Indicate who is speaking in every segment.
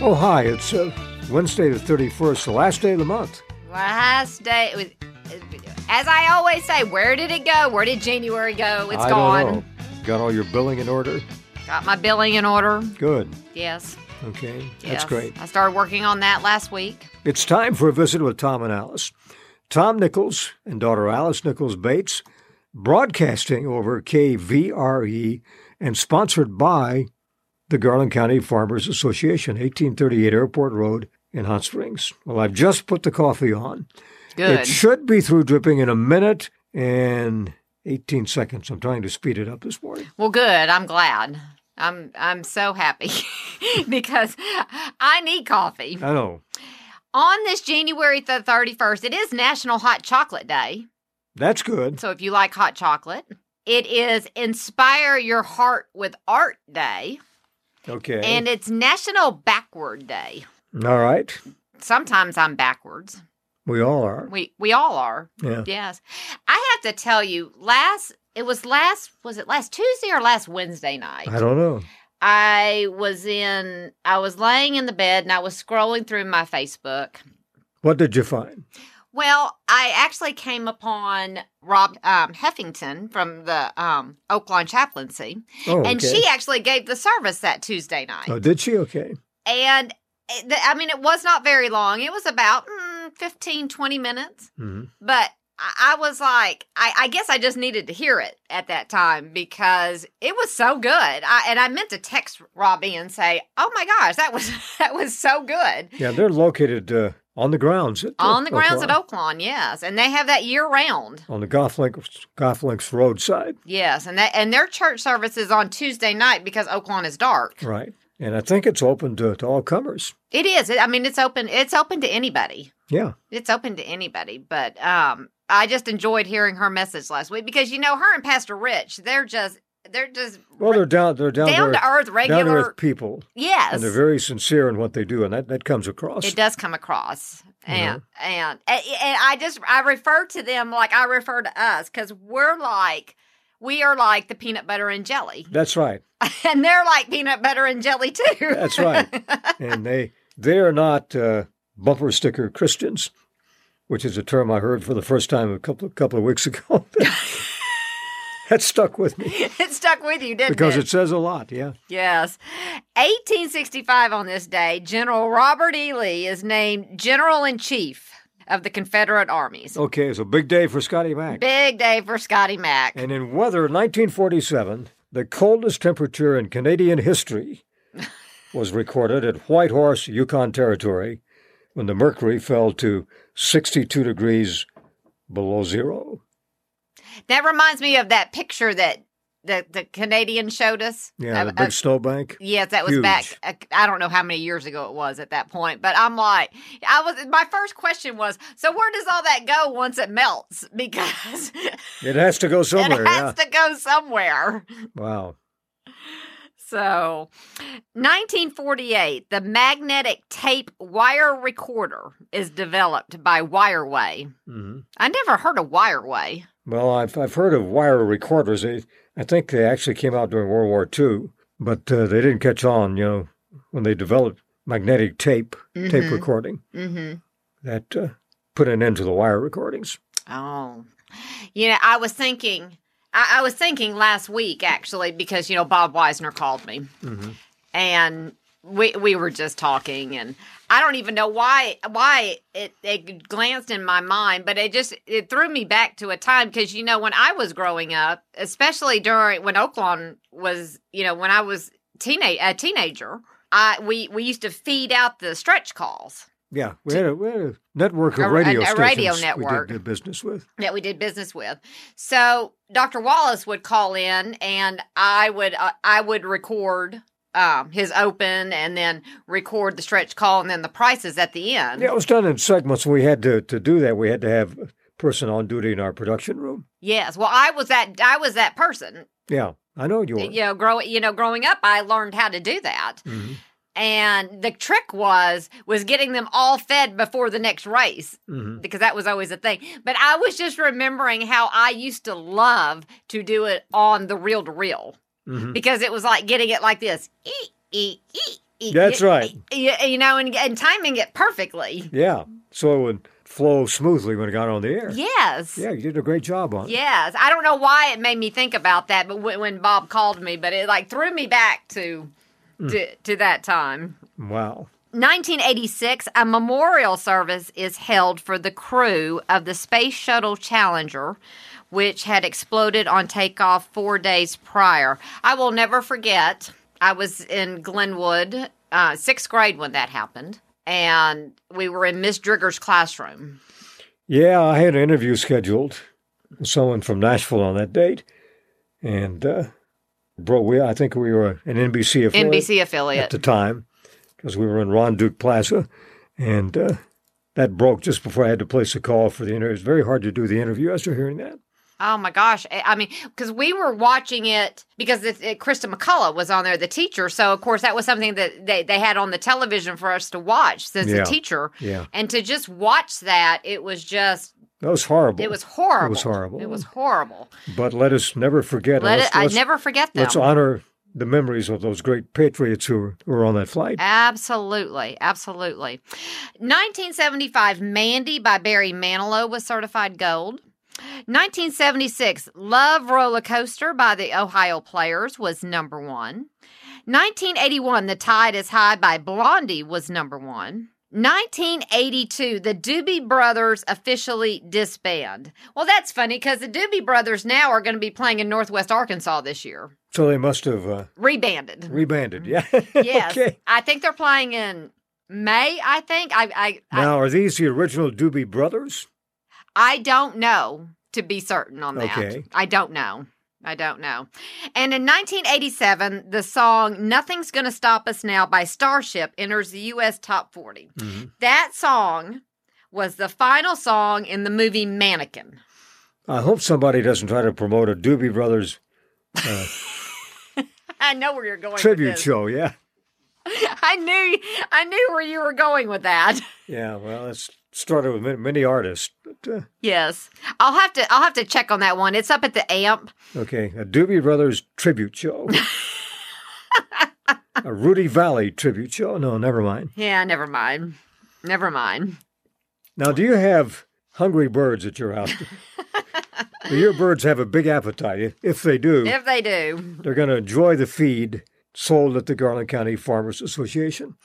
Speaker 1: Oh, hi. It's uh, Wednesday the 31st, the last day of the month.
Speaker 2: Last day. It was, as I always say, where did it go? Where did January go? It's
Speaker 1: I
Speaker 2: gone.
Speaker 1: don't know. Got all your billing in order?
Speaker 2: Got my billing in order.
Speaker 1: Good.
Speaker 2: Yes.
Speaker 1: Okay.
Speaker 2: yes.
Speaker 1: That's great.
Speaker 2: I started working on that last week.
Speaker 1: It's time for a visit with Tom and Alice. Tom Nichols and daughter Alice Nichols Bates, broadcasting over KVRE E and sponsored by the Garland County Farmers Association, 1838 Airport Road in Hot Springs. Well, I've just put the coffee on.
Speaker 2: Good.
Speaker 1: It should be through dripping in a minute and 18 seconds. I'm trying to speed it up this morning.
Speaker 2: Well, good. I'm glad. I'm I'm so happy because I need coffee.
Speaker 1: I know.
Speaker 2: On this January the 31st, it is National Hot Chocolate Day.
Speaker 1: That's good.
Speaker 2: So if you like hot chocolate, it is Inspire Your Heart with Art Day
Speaker 1: Okay.
Speaker 2: and it's National Backward Day.
Speaker 1: all right.
Speaker 2: Sometimes I'm backwards.
Speaker 1: We all are.
Speaker 2: We we all are.
Speaker 1: Yeah.
Speaker 2: Yes. I have to tell you, last it was last was it last Tuesday or last Wednesday night?
Speaker 1: I don't know.
Speaker 2: I was in I was laying in the bed and I was scrolling through my Facebook.
Speaker 1: What did you find?
Speaker 2: Well, I actually came upon Rob um, Heffington from the um, Oakland Chaplaincy,
Speaker 1: Oh,
Speaker 2: and
Speaker 1: okay.
Speaker 2: she actually gave the service that Tuesday night.
Speaker 1: Oh, did she? Okay.
Speaker 2: And it, I mean, it was not very long. It was about mm, 15, 20 minutes.
Speaker 1: Mhm.
Speaker 2: But I, I was like, I, I guess I just needed to hear it at that time because it was so good. I, and I meant to text Robbie and say, "Oh my gosh, that was that was so good."
Speaker 1: Yeah, they're located uh, on the grounds. At,
Speaker 2: On the grounds
Speaker 1: Oakland,
Speaker 2: at Oaklawn, yes, and they have that year round,
Speaker 1: On the Golf Links, Golf Links roadside.
Speaker 2: yes, and that and their church service is on Tuesday night because Oaklawn is dark.
Speaker 1: Right. And I think it's open to, to all comers.
Speaker 2: It is. I mean, it's open. It's open to anybody.
Speaker 1: Yeah.
Speaker 2: it's open to anybody but um i just enjoyed hearing her message last week because you know her and pastor rich they're just they're just
Speaker 1: Well, they're down. They're down,
Speaker 2: down
Speaker 1: to
Speaker 2: to
Speaker 1: down
Speaker 2: earth
Speaker 1: to
Speaker 2: regular
Speaker 1: earth people,
Speaker 2: yes
Speaker 1: and they're very sincere in what they do, and that, that comes across.
Speaker 2: it does come across
Speaker 1: Uh-huh.
Speaker 2: and, and and and i just i refer to them like i refer to us because we're like we are like the peanut butter and jelly
Speaker 1: That's right.
Speaker 2: and they're like peanut butter and jelly too
Speaker 1: That's right. and they they are not uh, bumper sticker Christians, which is a term I heard for the first time a couple couple of weeks ago. that stuck with me
Speaker 2: it stuck with you didn't
Speaker 1: because
Speaker 2: it
Speaker 1: it says a lot. Yeah.
Speaker 2: Yes. 1865 on this day, General Robert E. Lee is named General in Chief of the Confederate Armies.
Speaker 1: Okay, it's a big day for Scotty Mack.
Speaker 2: Big day for Scotty Mack.
Speaker 1: And in weather 1947, the coldest temperature in Canadian history was recorded at White Horse, Yukon Territory, when the mercury fell to 62 degrees below zero.
Speaker 2: That reminds me of that picture that the, the Canadian showed us.
Speaker 1: Yeah,
Speaker 2: Of-
Speaker 1: the big
Speaker 2: of-
Speaker 1: snowbank.
Speaker 2: Yes, that was
Speaker 1: Huge.
Speaker 2: back. uh, I don't know how many years ago it was at that point, but I'm like, I was. My first question was, so where does all that go once it melts? Because
Speaker 1: It has to go somewhere.
Speaker 2: it has
Speaker 1: Yeah.
Speaker 2: to go somewhere.
Speaker 1: Wow.
Speaker 2: So, 1948, the magnetic tape wire recorder is developed by Wireway.
Speaker 1: hmm
Speaker 2: I never heard of Wireway.
Speaker 1: Well, I've, I've heard of wire recorders. They, I think they actually came out during World War II, but uh, they didn't catch on, you know, when they developed magnetic tape, tape recording.
Speaker 2: Mm-hmm.
Speaker 1: that uh, put an end to the wire recordings.
Speaker 2: Oh, you know, I was thinking, I, I was thinking last week actually because you know Bob Weisner called me and we we were just talking and. I don't even know why why it, it glanced in my mind, but it just it threw me back to a time because you know when I was growing up, especially during when Oakland was you know when I was teenage a teenager, I we we used to feed out the stretch calls
Speaker 1: Yeah, we had a, we had a network of
Speaker 2: A-
Speaker 1: radio
Speaker 2: a- a
Speaker 1: stations
Speaker 2: radio
Speaker 1: we
Speaker 2: network.
Speaker 1: did, did business with.
Speaker 2: that we did business with. So Dr. Wallace would call in, and I would uh, I would record. Um, his open and then record the stretch call and then the prices at the end.
Speaker 1: Yeah, it was done in segments. We had to, to do that. We had to have a person on duty in our production room.
Speaker 2: Yes. Well, I was that I was that person.
Speaker 1: Yeah, I know you were.
Speaker 2: You know, grow you know, growing up, I learned how to do that.
Speaker 1: Mhm,
Speaker 2: And the trick was was getting them all fed before the next race
Speaker 1: mhm.
Speaker 2: because that was always a thing. But I was just remembering how I used to love to do it on the reel to reel
Speaker 1: Mhm.
Speaker 2: because it was like getting it like this. Eat, eat, eat. y-
Speaker 1: That's
Speaker 2: y-
Speaker 1: right.
Speaker 2: y- You know, and, and timing it perfectly.
Speaker 1: Yeah. So it would flow smoothly when it got on the air.
Speaker 2: Yes.
Speaker 1: Yeah, you did a great job on it.
Speaker 2: Yes. I don't know why it made me think about that, but when, when Bob called me, but it like threw me back to
Speaker 1: Mm.
Speaker 2: to, to that time.
Speaker 1: Wow.
Speaker 2: 1986, a memorial service is held for the crew of the Space Shuttle Challenger, which had exploded on takeoff four days prior. I will never forget, I was in Glenwood, uh, sixth grade when that happened, and we were in Miss Drigger's classroom.
Speaker 1: Yeah, I had an interview scheduled with someone from Nashville on that date. And, uh, bro, we, I think we were an NBC affiliate
Speaker 2: NBC
Speaker 1: at
Speaker 2: affiliate.
Speaker 1: the time because we were in Ron Duke Plaza. And uh, that broke just before I had to place a call for the interview. It's very hard to do the interview after hearing that.
Speaker 2: Oh my gosh. I I mean, because we were watching it because it, it, Krista McCullough was on there, the teacher. So, of course, that was something that they, they had on the television for us to watch since
Speaker 1: Yeah.
Speaker 2: a teacher.
Speaker 1: Yeah.
Speaker 2: And to just watch that, it was just,
Speaker 1: That was horrible.
Speaker 2: it was horrible.
Speaker 1: It was horrible.
Speaker 2: It was horrible.
Speaker 1: But let us never forget.
Speaker 2: Let
Speaker 1: Let's-
Speaker 2: it, I
Speaker 1: let's-
Speaker 2: never forget them.
Speaker 1: Let's honor the memories of those great patriots who were, who were on that flight.
Speaker 2: Absolutely. Absolutely. 1975, Mandy by Barry Manilow was certified gold. 1976, Love Roller Coaster by the Ohio Players was number one. 1981, The Tide is High by Blondie was number one. 1982, the Doobie Brothers officially disband. Well, that's funny because the Doobie Brothers now are going to be playing in Northwest Arkansas this year.
Speaker 1: So they must have uh,
Speaker 2: Rebanded.
Speaker 1: rebanded. Yeah.
Speaker 2: Mm-hmm. Yes.
Speaker 1: okay.
Speaker 2: I think they're playing in May, I think. I I, I
Speaker 1: Now, are these the original Doobie Brothers?
Speaker 2: I don't know to be certain on that.
Speaker 1: Okay.
Speaker 2: I don't know. I don't know. And in 1987, the song Nothing's Gonna Stop Us Now by Starship enters the US top 40. That song was the final song in the movie Mannequin.
Speaker 1: I hope somebody doesn't try to promote a Doobie Brothers
Speaker 2: I know where you're going
Speaker 1: tribute
Speaker 2: with this.
Speaker 1: show. Yeah.
Speaker 2: I knew I knew where you were going with that.
Speaker 1: Yeah. Well, it's started with many, many artists. But, uh,
Speaker 2: Yes. I'll have to I'll have to check on that one. It's up at the amp.
Speaker 1: okay. A Doobie Brothers tribute show. a Rudy Valley tribute show. No, never mind.
Speaker 2: Yeah, never mind. Never mind.
Speaker 1: Now, do you have hungry birds at your house? Do your birds have a big appetite? If- If they do,
Speaker 2: If they do,
Speaker 1: they're going to enjoy the feed sold at the Garland County Farmers Association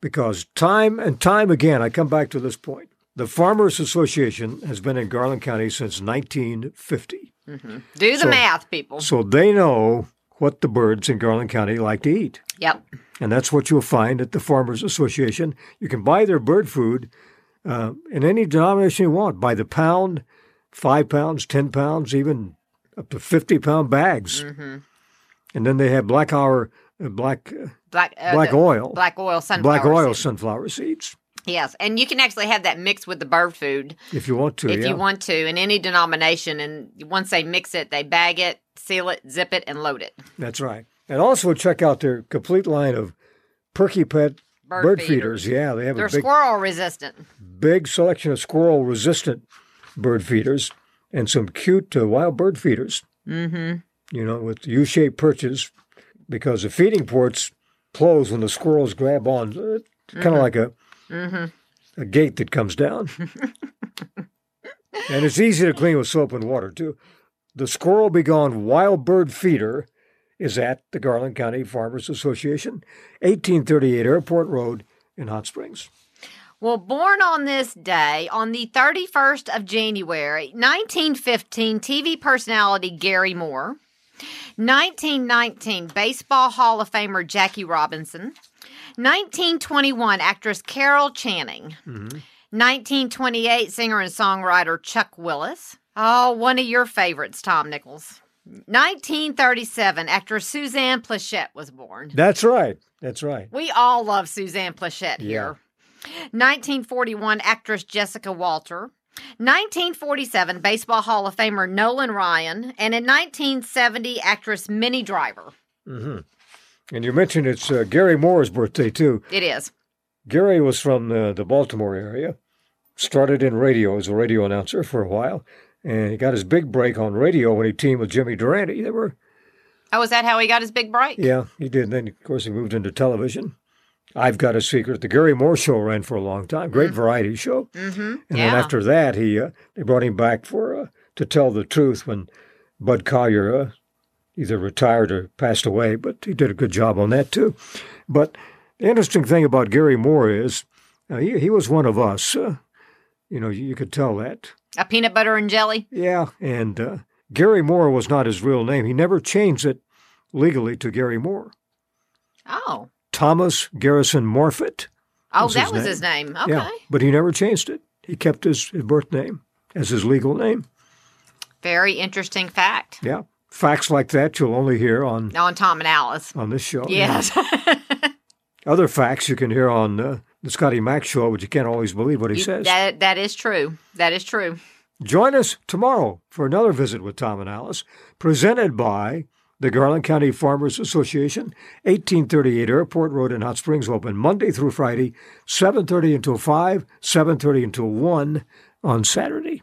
Speaker 1: because time and time again, I come back to this point. The Farmers Association has been in Garland County since 1950.
Speaker 2: do the
Speaker 1: So-
Speaker 2: math, people.
Speaker 1: So they know what the birds in Garland County like to eat.
Speaker 2: Yep.
Speaker 1: And that's what you'll find at the Farmers Association. You can buy their bird food uh, in any denomination you want by the pound, five pounds, 10 pounds, even up to 50 pound bags.
Speaker 2: Mm-hmm.
Speaker 1: And then they have black hour, uh, black, uh,
Speaker 2: Black uh,
Speaker 1: black
Speaker 2: the-
Speaker 1: oil,
Speaker 2: Black oil sunflower.
Speaker 1: black oil
Speaker 2: seed.
Speaker 1: sunflower seeds
Speaker 2: Yes, and you can actually have that mixed with the bird food
Speaker 1: if you want to.
Speaker 2: if
Speaker 1: Oh, yeah.
Speaker 2: you want to in any denomination. And once they mix it, they bag it, seal it, zip it, and load it.
Speaker 1: That's right. And also check out their complete line of Perky Pet
Speaker 2: Bird
Speaker 1: bird,
Speaker 2: feeders.
Speaker 1: feeders. Yeah, they have
Speaker 2: They're
Speaker 1: a big
Speaker 2: squirrel resistant.
Speaker 1: big selection of squirrel resistant bird feeders and some cute uh, wild bird feeders. Mm-hmm. You know, with U shaped perches because the feeding ports close when the squirrels grab on. It's kind of like a, a gate that comes down. and it's easy to clean with soap and water, too. The Squirrel Be Gone Wild Bird Feeder is at the Garland County Farmers Association, 1838 Airport Road in Hot Springs.
Speaker 2: Well, born on this day, on the 31st of January, 1915, TV personality Gary Moore, 1919, Baseball Hall of Famer Jackie Robinson, 1921, actress Carol Channing, 1928, singer and songwriter Chuck Willis. Oh, one of your favorites, Tom Nichols. 1937, actress Suzanne Plachette was born.
Speaker 1: That's right. That's right.
Speaker 2: We all love Suzanne Plachette
Speaker 1: Yeah.
Speaker 2: here. 1941, actress Jessica Walter. 1947, Baseball Hall of Famer Nolan Ryan. And in 1970, actress Minnie Driver.
Speaker 1: And you mentioned it's uh, Gary Moore's birthday, too.
Speaker 2: It is.
Speaker 1: Gary was from uh, the Baltimore area, started in radio as a radio announcer for a while, and he got his big break on radio when he teamed with Jimmy Durante. They were,
Speaker 2: Oh, is that how he got his big break?
Speaker 1: yeah, he did. And then, of course, he moved into television. I've Got a Secret. The Gary Moore Show ran for a long time. Great variety show.
Speaker 2: Mm-hmm.
Speaker 1: And
Speaker 2: yeah.
Speaker 1: then after that, he uh, they brought him back for uh, to tell the truth when Bud Collier uh, either retired or passed away. But he did a good job on that too. But the interesting thing about Gary Moore is uh, he he was one of us. Uh, you know, you, you could tell that.
Speaker 2: a peanut butter and jelly.
Speaker 1: Yeah, and uh, Gary Moore was not his real name. He never changed it legally to Gary Moore.
Speaker 2: Oh,
Speaker 1: Thomas Garrison Morfitt.
Speaker 2: oh,
Speaker 1: was
Speaker 2: that
Speaker 1: his
Speaker 2: was
Speaker 1: name.
Speaker 2: his name. Okay,
Speaker 1: Yeah, but he never changed it. He kept his, his birth name as his legal name.
Speaker 2: very interesting fact.
Speaker 1: Yeah, facts like that you'll only hear on
Speaker 2: On Tom and Alice.
Speaker 1: on this show.
Speaker 2: Yes.
Speaker 1: Other facts you can hear on uh, the Scotty Mack show, but you can't always believe what he
Speaker 2: You-
Speaker 1: says.
Speaker 2: that that is true. That is true.
Speaker 1: Join us tomorrow for another visit with Tom and Alice, presented by the Garland County Farmers Association, 1838 Airport Road in Hot Springs, open Monday through Friday, 7:30 until 5, 7:30 until 1 on Saturday.